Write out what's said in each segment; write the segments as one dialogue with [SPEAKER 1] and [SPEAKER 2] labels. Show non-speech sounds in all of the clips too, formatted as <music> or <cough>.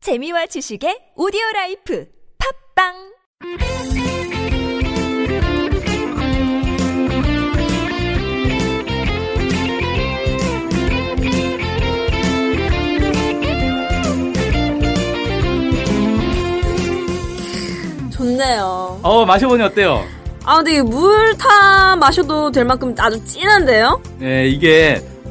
[SPEAKER 1] 재미와 지식의 오디오 라이프 팝빵
[SPEAKER 2] 좋네요.
[SPEAKER 3] 어 마셔보니 어때요?
[SPEAKER 2] 아, 근데 물 타 마셔도 될 만큼 아주 진한데요?
[SPEAKER 3] 예, 이게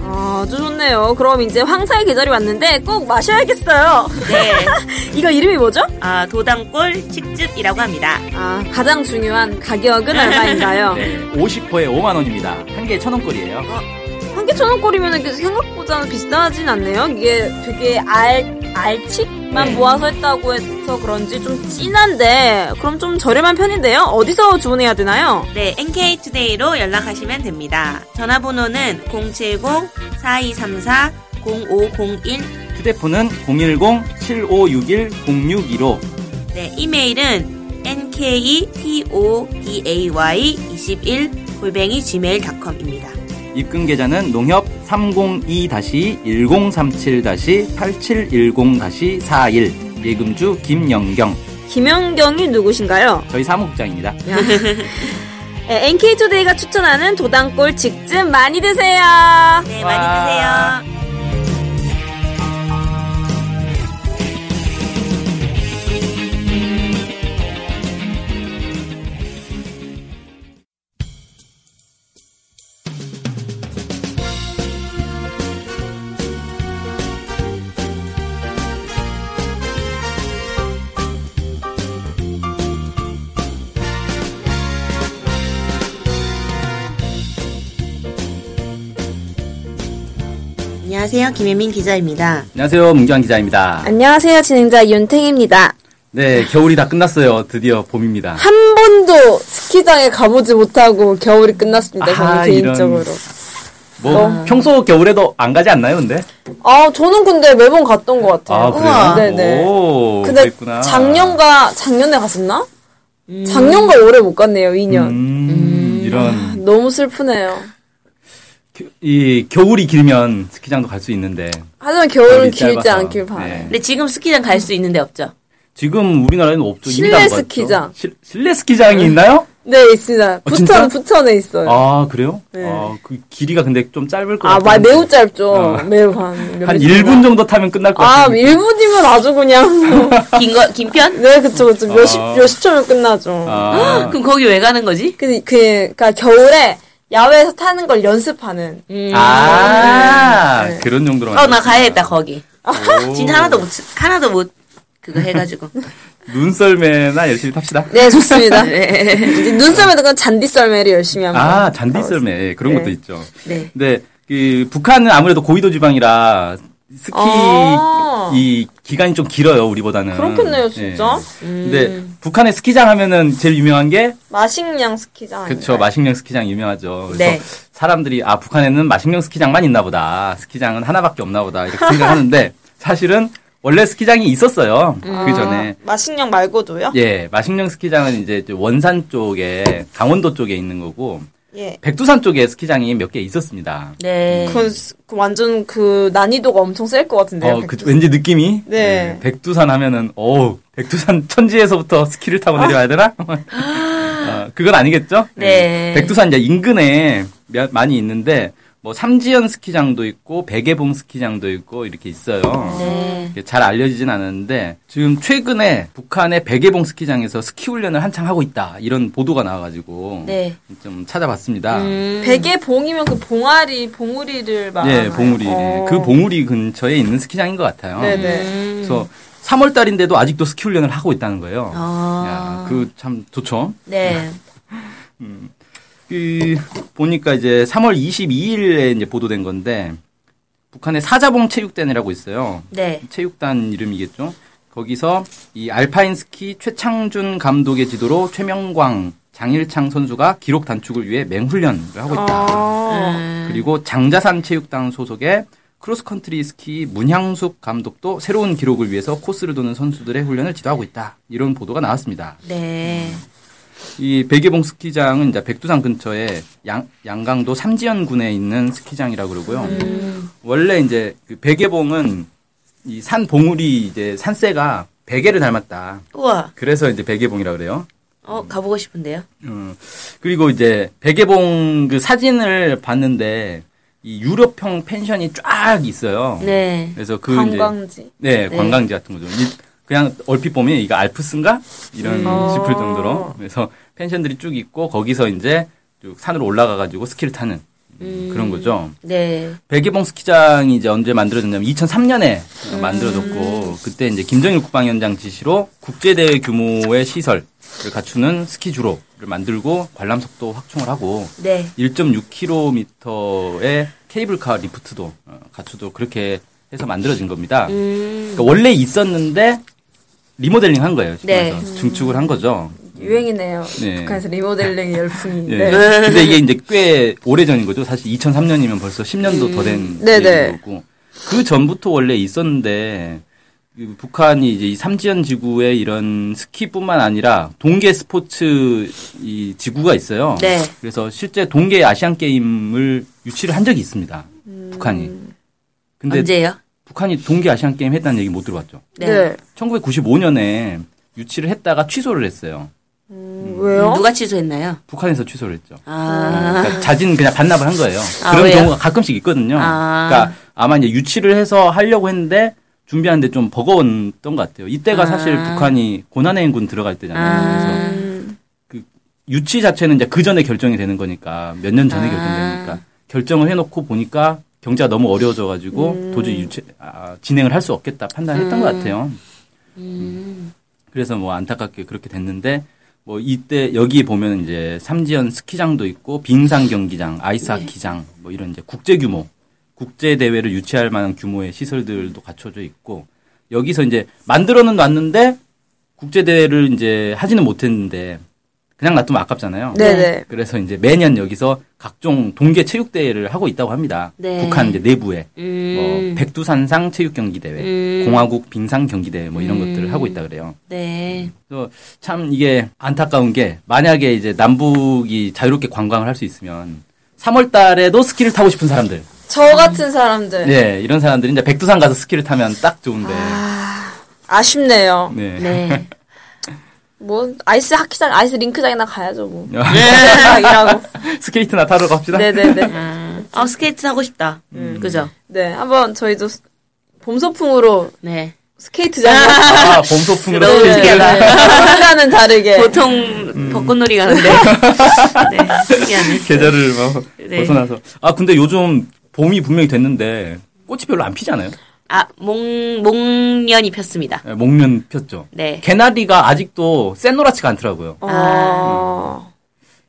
[SPEAKER 2] 아, 아주 좋네요. 그럼 이제 황사의 계절이 왔는데 꼭 마셔야겠어요. <laughs>
[SPEAKER 4] 네,
[SPEAKER 2] 이거 이름이 뭐죠?
[SPEAKER 4] 아, 도당골 칡즙이라고 합니다.
[SPEAKER 2] 아, 가장 중요한 가격은 <laughs> 얼마인가요?
[SPEAKER 3] 네, 50호에 5만 원입니다. 한 개에 천 원꼴이에요.
[SPEAKER 2] 한 개 천 원꼴이면 생각보다 비싸진 않네요. 이게 되게 알, 알칡만
[SPEAKER 3] 네.
[SPEAKER 2] 모아서 했다고 해서 그런지 좀 진한데, 그럼 좀 저렴한 편인데요? 어디서 주문해야 되나요?
[SPEAKER 4] 네, NK투데이로 연락하시면 됩니다. 전화번호는 070-4234-0501
[SPEAKER 3] 휴대폰은 010-7561-0615
[SPEAKER 4] 네, 이메일은 e nktoday21 골뱅이 gmail.com입니다.
[SPEAKER 3] 입금 계좌는 농협 302-1037-8710-41 예금주 김영경
[SPEAKER 2] 김연경이 누구신가요?
[SPEAKER 3] 저희 사무국장입니다.
[SPEAKER 2] 네, NK투데이가 추천하는 도당골 직즙 많이 드세요.
[SPEAKER 4] 네,
[SPEAKER 3] 와.
[SPEAKER 4] 많이 드세요. 안녕하세요. 김혜민 기자입니다.
[SPEAKER 3] 안녕하세요. 문경환 기자입니다.
[SPEAKER 2] 안녕하세요. 진행자 윤탱입니다.
[SPEAKER 3] 네, 겨울이 다 끝났어요. 드디어 봄입니다.
[SPEAKER 2] 한 번도 스키장에 가보지 못하고 겨울이 끝났습니다. 저는
[SPEAKER 3] 아,
[SPEAKER 2] 개인적으로.
[SPEAKER 3] 이런. 뭐 평소 겨울에도 안 가지 않나요, 근데?
[SPEAKER 5] 아, 저는 근데 매번 갔던 것 같아요.
[SPEAKER 3] 아, 그래요?
[SPEAKER 4] 우와.
[SPEAKER 5] 네네.
[SPEAKER 3] 오,
[SPEAKER 5] 근데
[SPEAKER 3] 그랬구나.
[SPEAKER 5] 작년과, 작년에 갔었나?
[SPEAKER 2] 음.
[SPEAKER 5] 작년과 올해 못 갔네요, 2년.
[SPEAKER 3] 음, 이런
[SPEAKER 5] 너무 슬프네요.
[SPEAKER 3] 겨- 이 겨울이 길면 스키장도 갈 수 있는데
[SPEAKER 5] 하지만 겨울은
[SPEAKER 3] 겨울이
[SPEAKER 5] 길지
[SPEAKER 3] 짧아서.
[SPEAKER 5] 않길 바라요.
[SPEAKER 3] 네.
[SPEAKER 4] 근데 지금 스키장 갈 수 있는데 없죠?
[SPEAKER 3] 지금 우리나라에는 없죠.
[SPEAKER 5] 실내
[SPEAKER 3] 이미 다 가봤죠.
[SPEAKER 5] 스키장.
[SPEAKER 3] 실, 실내 스키장이 있나요?
[SPEAKER 5] 네, 있습니다. 부천,
[SPEAKER 3] 어, 진짜?
[SPEAKER 5] 부천에 있어요. 아,
[SPEAKER 3] 아, 그래요? 아, 그 길이가 근데 좀 짧을 것 같아요.
[SPEAKER 5] 마, 매우 짧죠.
[SPEAKER 3] 어.
[SPEAKER 5] 매우 한. 몇
[SPEAKER 3] 한
[SPEAKER 5] 미터.
[SPEAKER 3] 1분 정도 타면 끝날 것
[SPEAKER 5] 아,
[SPEAKER 3] 같아요. 음.
[SPEAKER 5] 1분이면 아주 그냥. <laughs>
[SPEAKER 4] 긴 거, 긴 편?
[SPEAKER 5] 네, 그쵸, 그쵸. 몇십,
[SPEAKER 3] 아.
[SPEAKER 5] 몇십 초면 끝나죠.
[SPEAKER 3] 아,
[SPEAKER 4] <gasps> 그럼 거기 왜 가는 거지?
[SPEAKER 5] 그, 그, 그니까 겨울에 야외에서 타는 걸 연습하는.
[SPEAKER 3] 아,
[SPEAKER 5] 네.
[SPEAKER 3] 그런 정도로.
[SPEAKER 4] 어, 나
[SPEAKER 3] 만들었구나.
[SPEAKER 4] 가야겠다, 거기.
[SPEAKER 3] 오.
[SPEAKER 4] 진짜 하나도 못, 하나도 못,
[SPEAKER 3] <laughs>
[SPEAKER 4] 그거 해가지고.
[SPEAKER 3] 눈썰매나 열심히 탑시다.
[SPEAKER 5] <laughs> 네, 좋습니다.
[SPEAKER 4] 네.
[SPEAKER 5] 이제 눈썰매도 그냥 잔디썰매를 열심히 합니다.
[SPEAKER 3] 아, 잔디썰매. 예, 그런 것도 있죠.
[SPEAKER 4] 네.
[SPEAKER 3] 근데, 그, 북한은 아무래도 고위도 지방이라 스키,
[SPEAKER 5] 아.
[SPEAKER 3] 이, 기간이 좀 길어요, 우리보다는.
[SPEAKER 5] 그렇겠네요, 진짜. 음.
[SPEAKER 3] 예. 근데, 북한의 스키장 하면은 제일 유명한 게,
[SPEAKER 5] 마식량 스키장.
[SPEAKER 3] 그쵸, 마식령 스키장 유명하죠. 그래서
[SPEAKER 4] 네.
[SPEAKER 3] 사람들이, 아, 북한에는 마식령 스키장만 있나 보다. 스키장은 하나밖에 없나 보다. 이렇게
[SPEAKER 5] <laughs>
[SPEAKER 3] 생각하는데, 사실은, 원래 스키장이 있었어요.
[SPEAKER 5] 음.
[SPEAKER 3] 그 전에.
[SPEAKER 5] 아, 마식령 말고도요?
[SPEAKER 3] 예, 마식령 스키장은 이제 원산 쪽에 강원도 쪽에 있는 거고
[SPEAKER 5] 예.
[SPEAKER 3] 백두산 쪽에 스키장이 몇 개 있었습니다.
[SPEAKER 4] 네.
[SPEAKER 5] 그건 스- 그 완전 그 난이도가 엄청 셀 것
[SPEAKER 4] 네,
[SPEAKER 5] 같은데요.
[SPEAKER 3] 어, 그, 왠지 느낌이
[SPEAKER 5] 네.
[SPEAKER 3] 예, 백두산 하면은 어우 백두산 <laughs> 천지에서부터 스키를 타고 내려야 되나? <laughs> 어, 그건 아니겠죠?
[SPEAKER 4] 아! 네.
[SPEAKER 3] 예, 백두산 이제 인근에 몇- 많이 있는데 뭐 삼지연 스키장도 있고 백예봉 스키장도 있고 이렇게 있어요.
[SPEAKER 4] 네.
[SPEAKER 3] 이게 잘 알려지진 않았는데 지금 최근에 북한의 백예봉 스키장에서 스키 훈련을 한창 하고 있다 이런 보도가 나와가지고
[SPEAKER 4] 네. 음.
[SPEAKER 3] 좀 찾아봤습니다.
[SPEAKER 5] 베개 봉이면 그 봉아리, 봉우리를 어. 막.
[SPEAKER 3] 예, 봉우리 예, 그 봉우리 음. 근처에 있는 스키장인 것 같아요.
[SPEAKER 5] 네네.
[SPEAKER 3] 그래서 3월 달인데도 아직도 스키 훈련을 하고 있다는 거예요.
[SPEAKER 4] 아.
[SPEAKER 3] 그 참 좋죠.
[SPEAKER 4] 네.
[SPEAKER 3] 그 보니까 이제 3월 22일에 이제 보도된 건데 북한의 사자봉 체육단이라고 있어요.
[SPEAKER 4] 네.
[SPEAKER 3] 체육단 이름이겠죠. 거기서 이 알파인 스키 최창준 감독의 지도로 최명광, 장일창 선수가 기록 단축을 위해 맹훈련을 하고
[SPEAKER 5] 아.
[SPEAKER 3] 있다.
[SPEAKER 5] 음.
[SPEAKER 4] 어.
[SPEAKER 3] 그리고 장자산 체육단 소속의 크로스컨트리 스키 문향숙 감독도 새로운 기록을 위해서 코스를 도는 선수들의 훈련을 지도하고 있다. 이런 보도가 나왔습니다.
[SPEAKER 4] 네.
[SPEAKER 3] 이 백예봉 스키장은 이제 백두산 근처에 양, 양강도 삼지연군에 있는 스키장이라고 그러고요. 원래 이제 그 백예봉은 이 산 봉우리 이제 산세가 베개를 닮았다.
[SPEAKER 4] 우와.
[SPEAKER 3] 그래서 이제 백예봉이라 그래요.
[SPEAKER 4] 어, 가보고 싶은데요.
[SPEAKER 3] 음, 그리고 이제 백예봉 그 사진을 봤는데 이 유럽형 펜션이 쫙 있어요.
[SPEAKER 4] 네.
[SPEAKER 3] 그래서 그 이제
[SPEAKER 5] 관광지.
[SPEAKER 3] 네, 관광지 같은 거죠. 이- 그냥 얼핏 보면 이거 알프스인가? 이런 싶을 정도로. 그래서 펜션들이 쭉 있고 거기서 이제 쭉 산으로 올라가 가지고 스키를 타는 그런 거죠.
[SPEAKER 4] 네.
[SPEAKER 3] 백예봉 스키장이 이제 언제 만들어졌냐면 2003년에 만들어졌고 그때 이제 김정일 국방위원장 지시로 국제대회 규모의 시설을 갖추는 스키 주로를 만들고 관람석도 확충을 하고
[SPEAKER 4] 네.
[SPEAKER 3] 1.6km의 케이블카 리프트도 어, 갖추도록 그렇게 해서 만들어진 겁니다. 그러니까 원래 있었는데 리모델링 한 거예요.
[SPEAKER 4] 네.
[SPEAKER 3] 그래서 증축을 한 거죠.
[SPEAKER 5] 음. 유행이네요.
[SPEAKER 3] 네.
[SPEAKER 5] 북한에서 리모델링 열풍이.
[SPEAKER 3] 예.
[SPEAKER 5] 네.
[SPEAKER 3] 근데 이게 이제 꽤 오래전인 거죠. 사실 2003년이면 벌써 10년도 더된
[SPEAKER 5] 네네.
[SPEAKER 3] 거고. 그 전부터 원래 있었는데 그 북한이 이제 이 삼지연 지구에 이런 스키뿐만 아니라 동계 스포츠 이 지구가 있어요.
[SPEAKER 4] 네.
[SPEAKER 3] 그래서 실제 동계 아시안 게임을 유치를 한 적이 있습니다. 북한이. 근데
[SPEAKER 4] 언제요?
[SPEAKER 3] 북한이 동계 아시안 게임 했다는 얘기 못 들어봤죠.
[SPEAKER 5] 네.
[SPEAKER 4] 네.
[SPEAKER 3] 1995년에 유치를 했다가 취소를 했어요.
[SPEAKER 5] 음,
[SPEAKER 3] 어?
[SPEAKER 5] 왜요?
[SPEAKER 4] 누가 취소했나요?
[SPEAKER 3] 북한에서 취소를 했죠.
[SPEAKER 4] 아.
[SPEAKER 3] 그러니까 자진 그냥 반납을 한 거예요.
[SPEAKER 4] 아,
[SPEAKER 3] 그런
[SPEAKER 4] 왜요?
[SPEAKER 3] 경우가 가끔씩 있거든요.
[SPEAKER 4] 아.
[SPEAKER 3] 그러니까 아마 이제 유치를 해서 하려고 했는데 준비하는데 좀 버거웠던 것 같아요. 이때가 사실 북한이 고난의 행군 들어갈 때잖아요. 그래서
[SPEAKER 4] 음.
[SPEAKER 3] 유치 자체는 이제 그 전에 결정이 되는 거니까 몇 년 전에 결정되니까 결정을 해놓고 보니까 경제가 너무 어려워져가지고 도저히 유치 아, 진행을 할 수 없겠다 판단했던 것 같아요. 그래서 뭐 안타깝게 그렇게 됐는데 뭐 이때 여기 보면 이제 삼지연 스키장도 있고 빙상 경기장, 아이스하키장 뭐 이런 이제 국제 규모 국제 대회를 유치할 만한 규모의 시설들도 갖춰져 있고 여기서 이제 만들어는 놨는데 국제 대회를 이제 하지는 못했는데 그냥 놔두면 아깝잖아요.
[SPEAKER 5] 네네.
[SPEAKER 3] 그래서 이제 매년 여기서 각종 동계 체육 대회를 하고 있다고 합니다.
[SPEAKER 4] 네.
[SPEAKER 3] 북한 이제 내부에
[SPEAKER 4] 음.
[SPEAKER 3] 뭐 백두산상 체육 경기 대회,
[SPEAKER 4] 음.
[SPEAKER 3] 공화국 빙상 경기 대회 뭐 이런 것들을 하고 있다 그래요.
[SPEAKER 4] 네.
[SPEAKER 3] 그래서 참 이게 안타까운 게 만약에 이제 남북이 자유롭게 관광을 할 수 있으면 3월 달에도 스키를 타고 싶은 사람들.
[SPEAKER 5] 저 같은
[SPEAKER 4] 네.
[SPEAKER 5] 사람들.
[SPEAKER 3] 예, 이런 사람들이 이제 백두산 가서 스키를 타면 딱 좋은데.
[SPEAKER 5] 아쉽네요.
[SPEAKER 3] 네.
[SPEAKER 4] 아, 네.
[SPEAKER 5] 뭐 아이스 하키장, 아이스 링크장이나 가야죠 뭐.
[SPEAKER 3] 아.
[SPEAKER 5] 생각이라고.
[SPEAKER 3] 스케이트나 타러 갑시다.
[SPEAKER 5] 네네네.
[SPEAKER 4] <laughs> 아, 스케이트 하고 싶다.
[SPEAKER 3] 음.
[SPEAKER 4] 그죠?
[SPEAKER 5] 네, 한번 저희도 스- 봄 소풍으로
[SPEAKER 4] 네.
[SPEAKER 5] 스케이트장.
[SPEAKER 3] 아, 봄소풍으로
[SPEAKER 4] 너무
[SPEAKER 3] 스케이트.
[SPEAKER 4] 신기하다.
[SPEAKER 5] 그거와는
[SPEAKER 3] 네.
[SPEAKER 5] 다르게.
[SPEAKER 4] 보통
[SPEAKER 3] <laughs>
[SPEAKER 4] 벚꽃놀이 가는데. 네. 신기하네.
[SPEAKER 3] 계절을 막
[SPEAKER 4] 네.
[SPEAKER 3] 벗어나서. 아, 근데 요즘 봄이 분명히 됐는데 꽃이 별로 안 피잖아요.
[SPEAKER 4] 아, 몽, 몽년이 폈습니다.
[SPEAKER 3] 예, 목련 폈죠.
[SPEAKER 4] 네. 어,
[SPEAKER 3] 개나리가 아직도 새노랗지가 않더라고요.
[SPEAKER 5] 아. 어.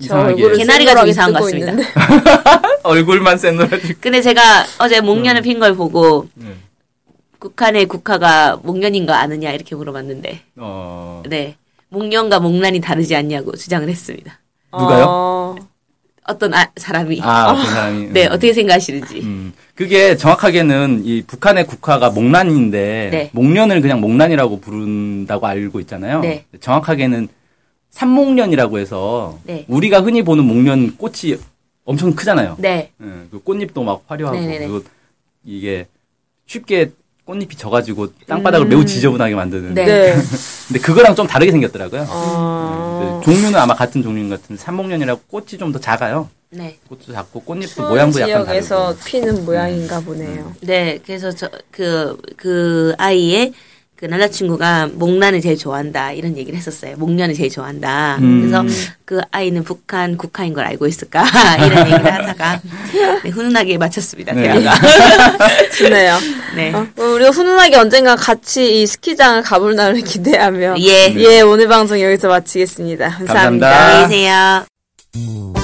[SPEAKER 5] 저
[SPEAKER 3] 이상하게.
[SPEAKER 5] 얼굴은
[SPEAKER 4] 개나리가
[SPEAKER 5] 생물하게
[SPEAKER 4] 좀 이상한 것
[SPEAKER 5] 뜨고
[SPEAKER 4] 같습니다.
[SPEAKER 5] 있는데.
[SPEAKER 3] 얼굴만 새노랗지.
[SPEAKER 4] 근데 제가 어제 목련을 핀 걸 보고,
[SPEAKER 3] 네.
[SPEAKER 4] 북한의 국화가 목련인 거 아느냐, 이렇게 물어봤는데,
[SPEAKER 3] 어.
[SPEAKER 4] 네. 목련과 목란이 다르지 않냐고 주장을 했습니다.
[SPEAKER 3] <laughs> 누가요?
[SPEAKER 5] 어.
[SPEAKER 4] 어떤 아- 사람이.
[SPEAKER 3] 아, 그 사람이.
[SPEAKER 4] 네,
[SPEAKER 3] 음.
[SPEAKER 4] 어떻게 생각하시는지.
[SPEAKER 3] 음. 그게 정확하게는 이 북한의 국화가 목란인데
[SPEAKER 4] 네.
[SPEAKER 3] 목련을 그냥 목란이라고 부른다고 알고 있잖아요.
[SPEAKER 4] 네.
[SPEAKER 3] 정확하게는 삼목련이라고 해서
[SPEAKER 4] 네.
[SPEAKER 3] 우리가 흔히 보는 목련 꽃이 엄청 크잖아요.
[SPEAKER 4] 네.
[SPEAKER 3] 예, 그 꽃잎도 막 화려하고
[SPEAKER 4] 네네네.
[SPEAKER 3] 그리고 이게 쉽게 꽃잎이 져가지고 땅바닥을 매우 지저분하게 만드는.
[SPEAKER 4] 음. 네.
[SPEAKER 5] 네.
[SPEAKER 3] 근데 그거랑 좀 다르게 생겼더라고요.
[SPEAKER 5] 어.
[SPEAKER 3] 네, 종류는 아마 같은 종류인 것 같은데 삼목련이라고 꽃이 좀 더 작아요.
[SPEAKER 4] 네.
[SPEAKER 3] 꽃도 작고 꽃잎도 모양도 약간 다르고. 음.
[SPEAKER 5] 지역에서 피는 모양인가 보네요.
[SPEAKER 4] 네, 그래서 저, 그, 그 아이의 그 남자친구가 목란을 제일 좋아한다. 이런 얘기를 했었어요. 목련을 제일 좋아한다. 그래서 그 아이는 북한 국화인 걸 알고 있을까? <laughs> 이런 얘기를 하다가 네, 훈훈하게 마쳤습니다.
[SPEAKER 3] 네.
[SPEAKER 4] 대화가.
[SPEAKER 5] 좋네요.
[SPEAKER 4] 네.
[SPEAKER 5] 어, 그럼 우리가 훈훈하게 언젠가 같이 이 스키장을 가볼 날을 <laughs> 기대하며
[SPEAKER 4] 예.
[SPEAKER 5] 예 오늘 방송 여기서 마치겠습니다. 감사합니다.
[SPEAKER 3] 감사합니다.
[SPEAKER 4] 안녕히 계세요.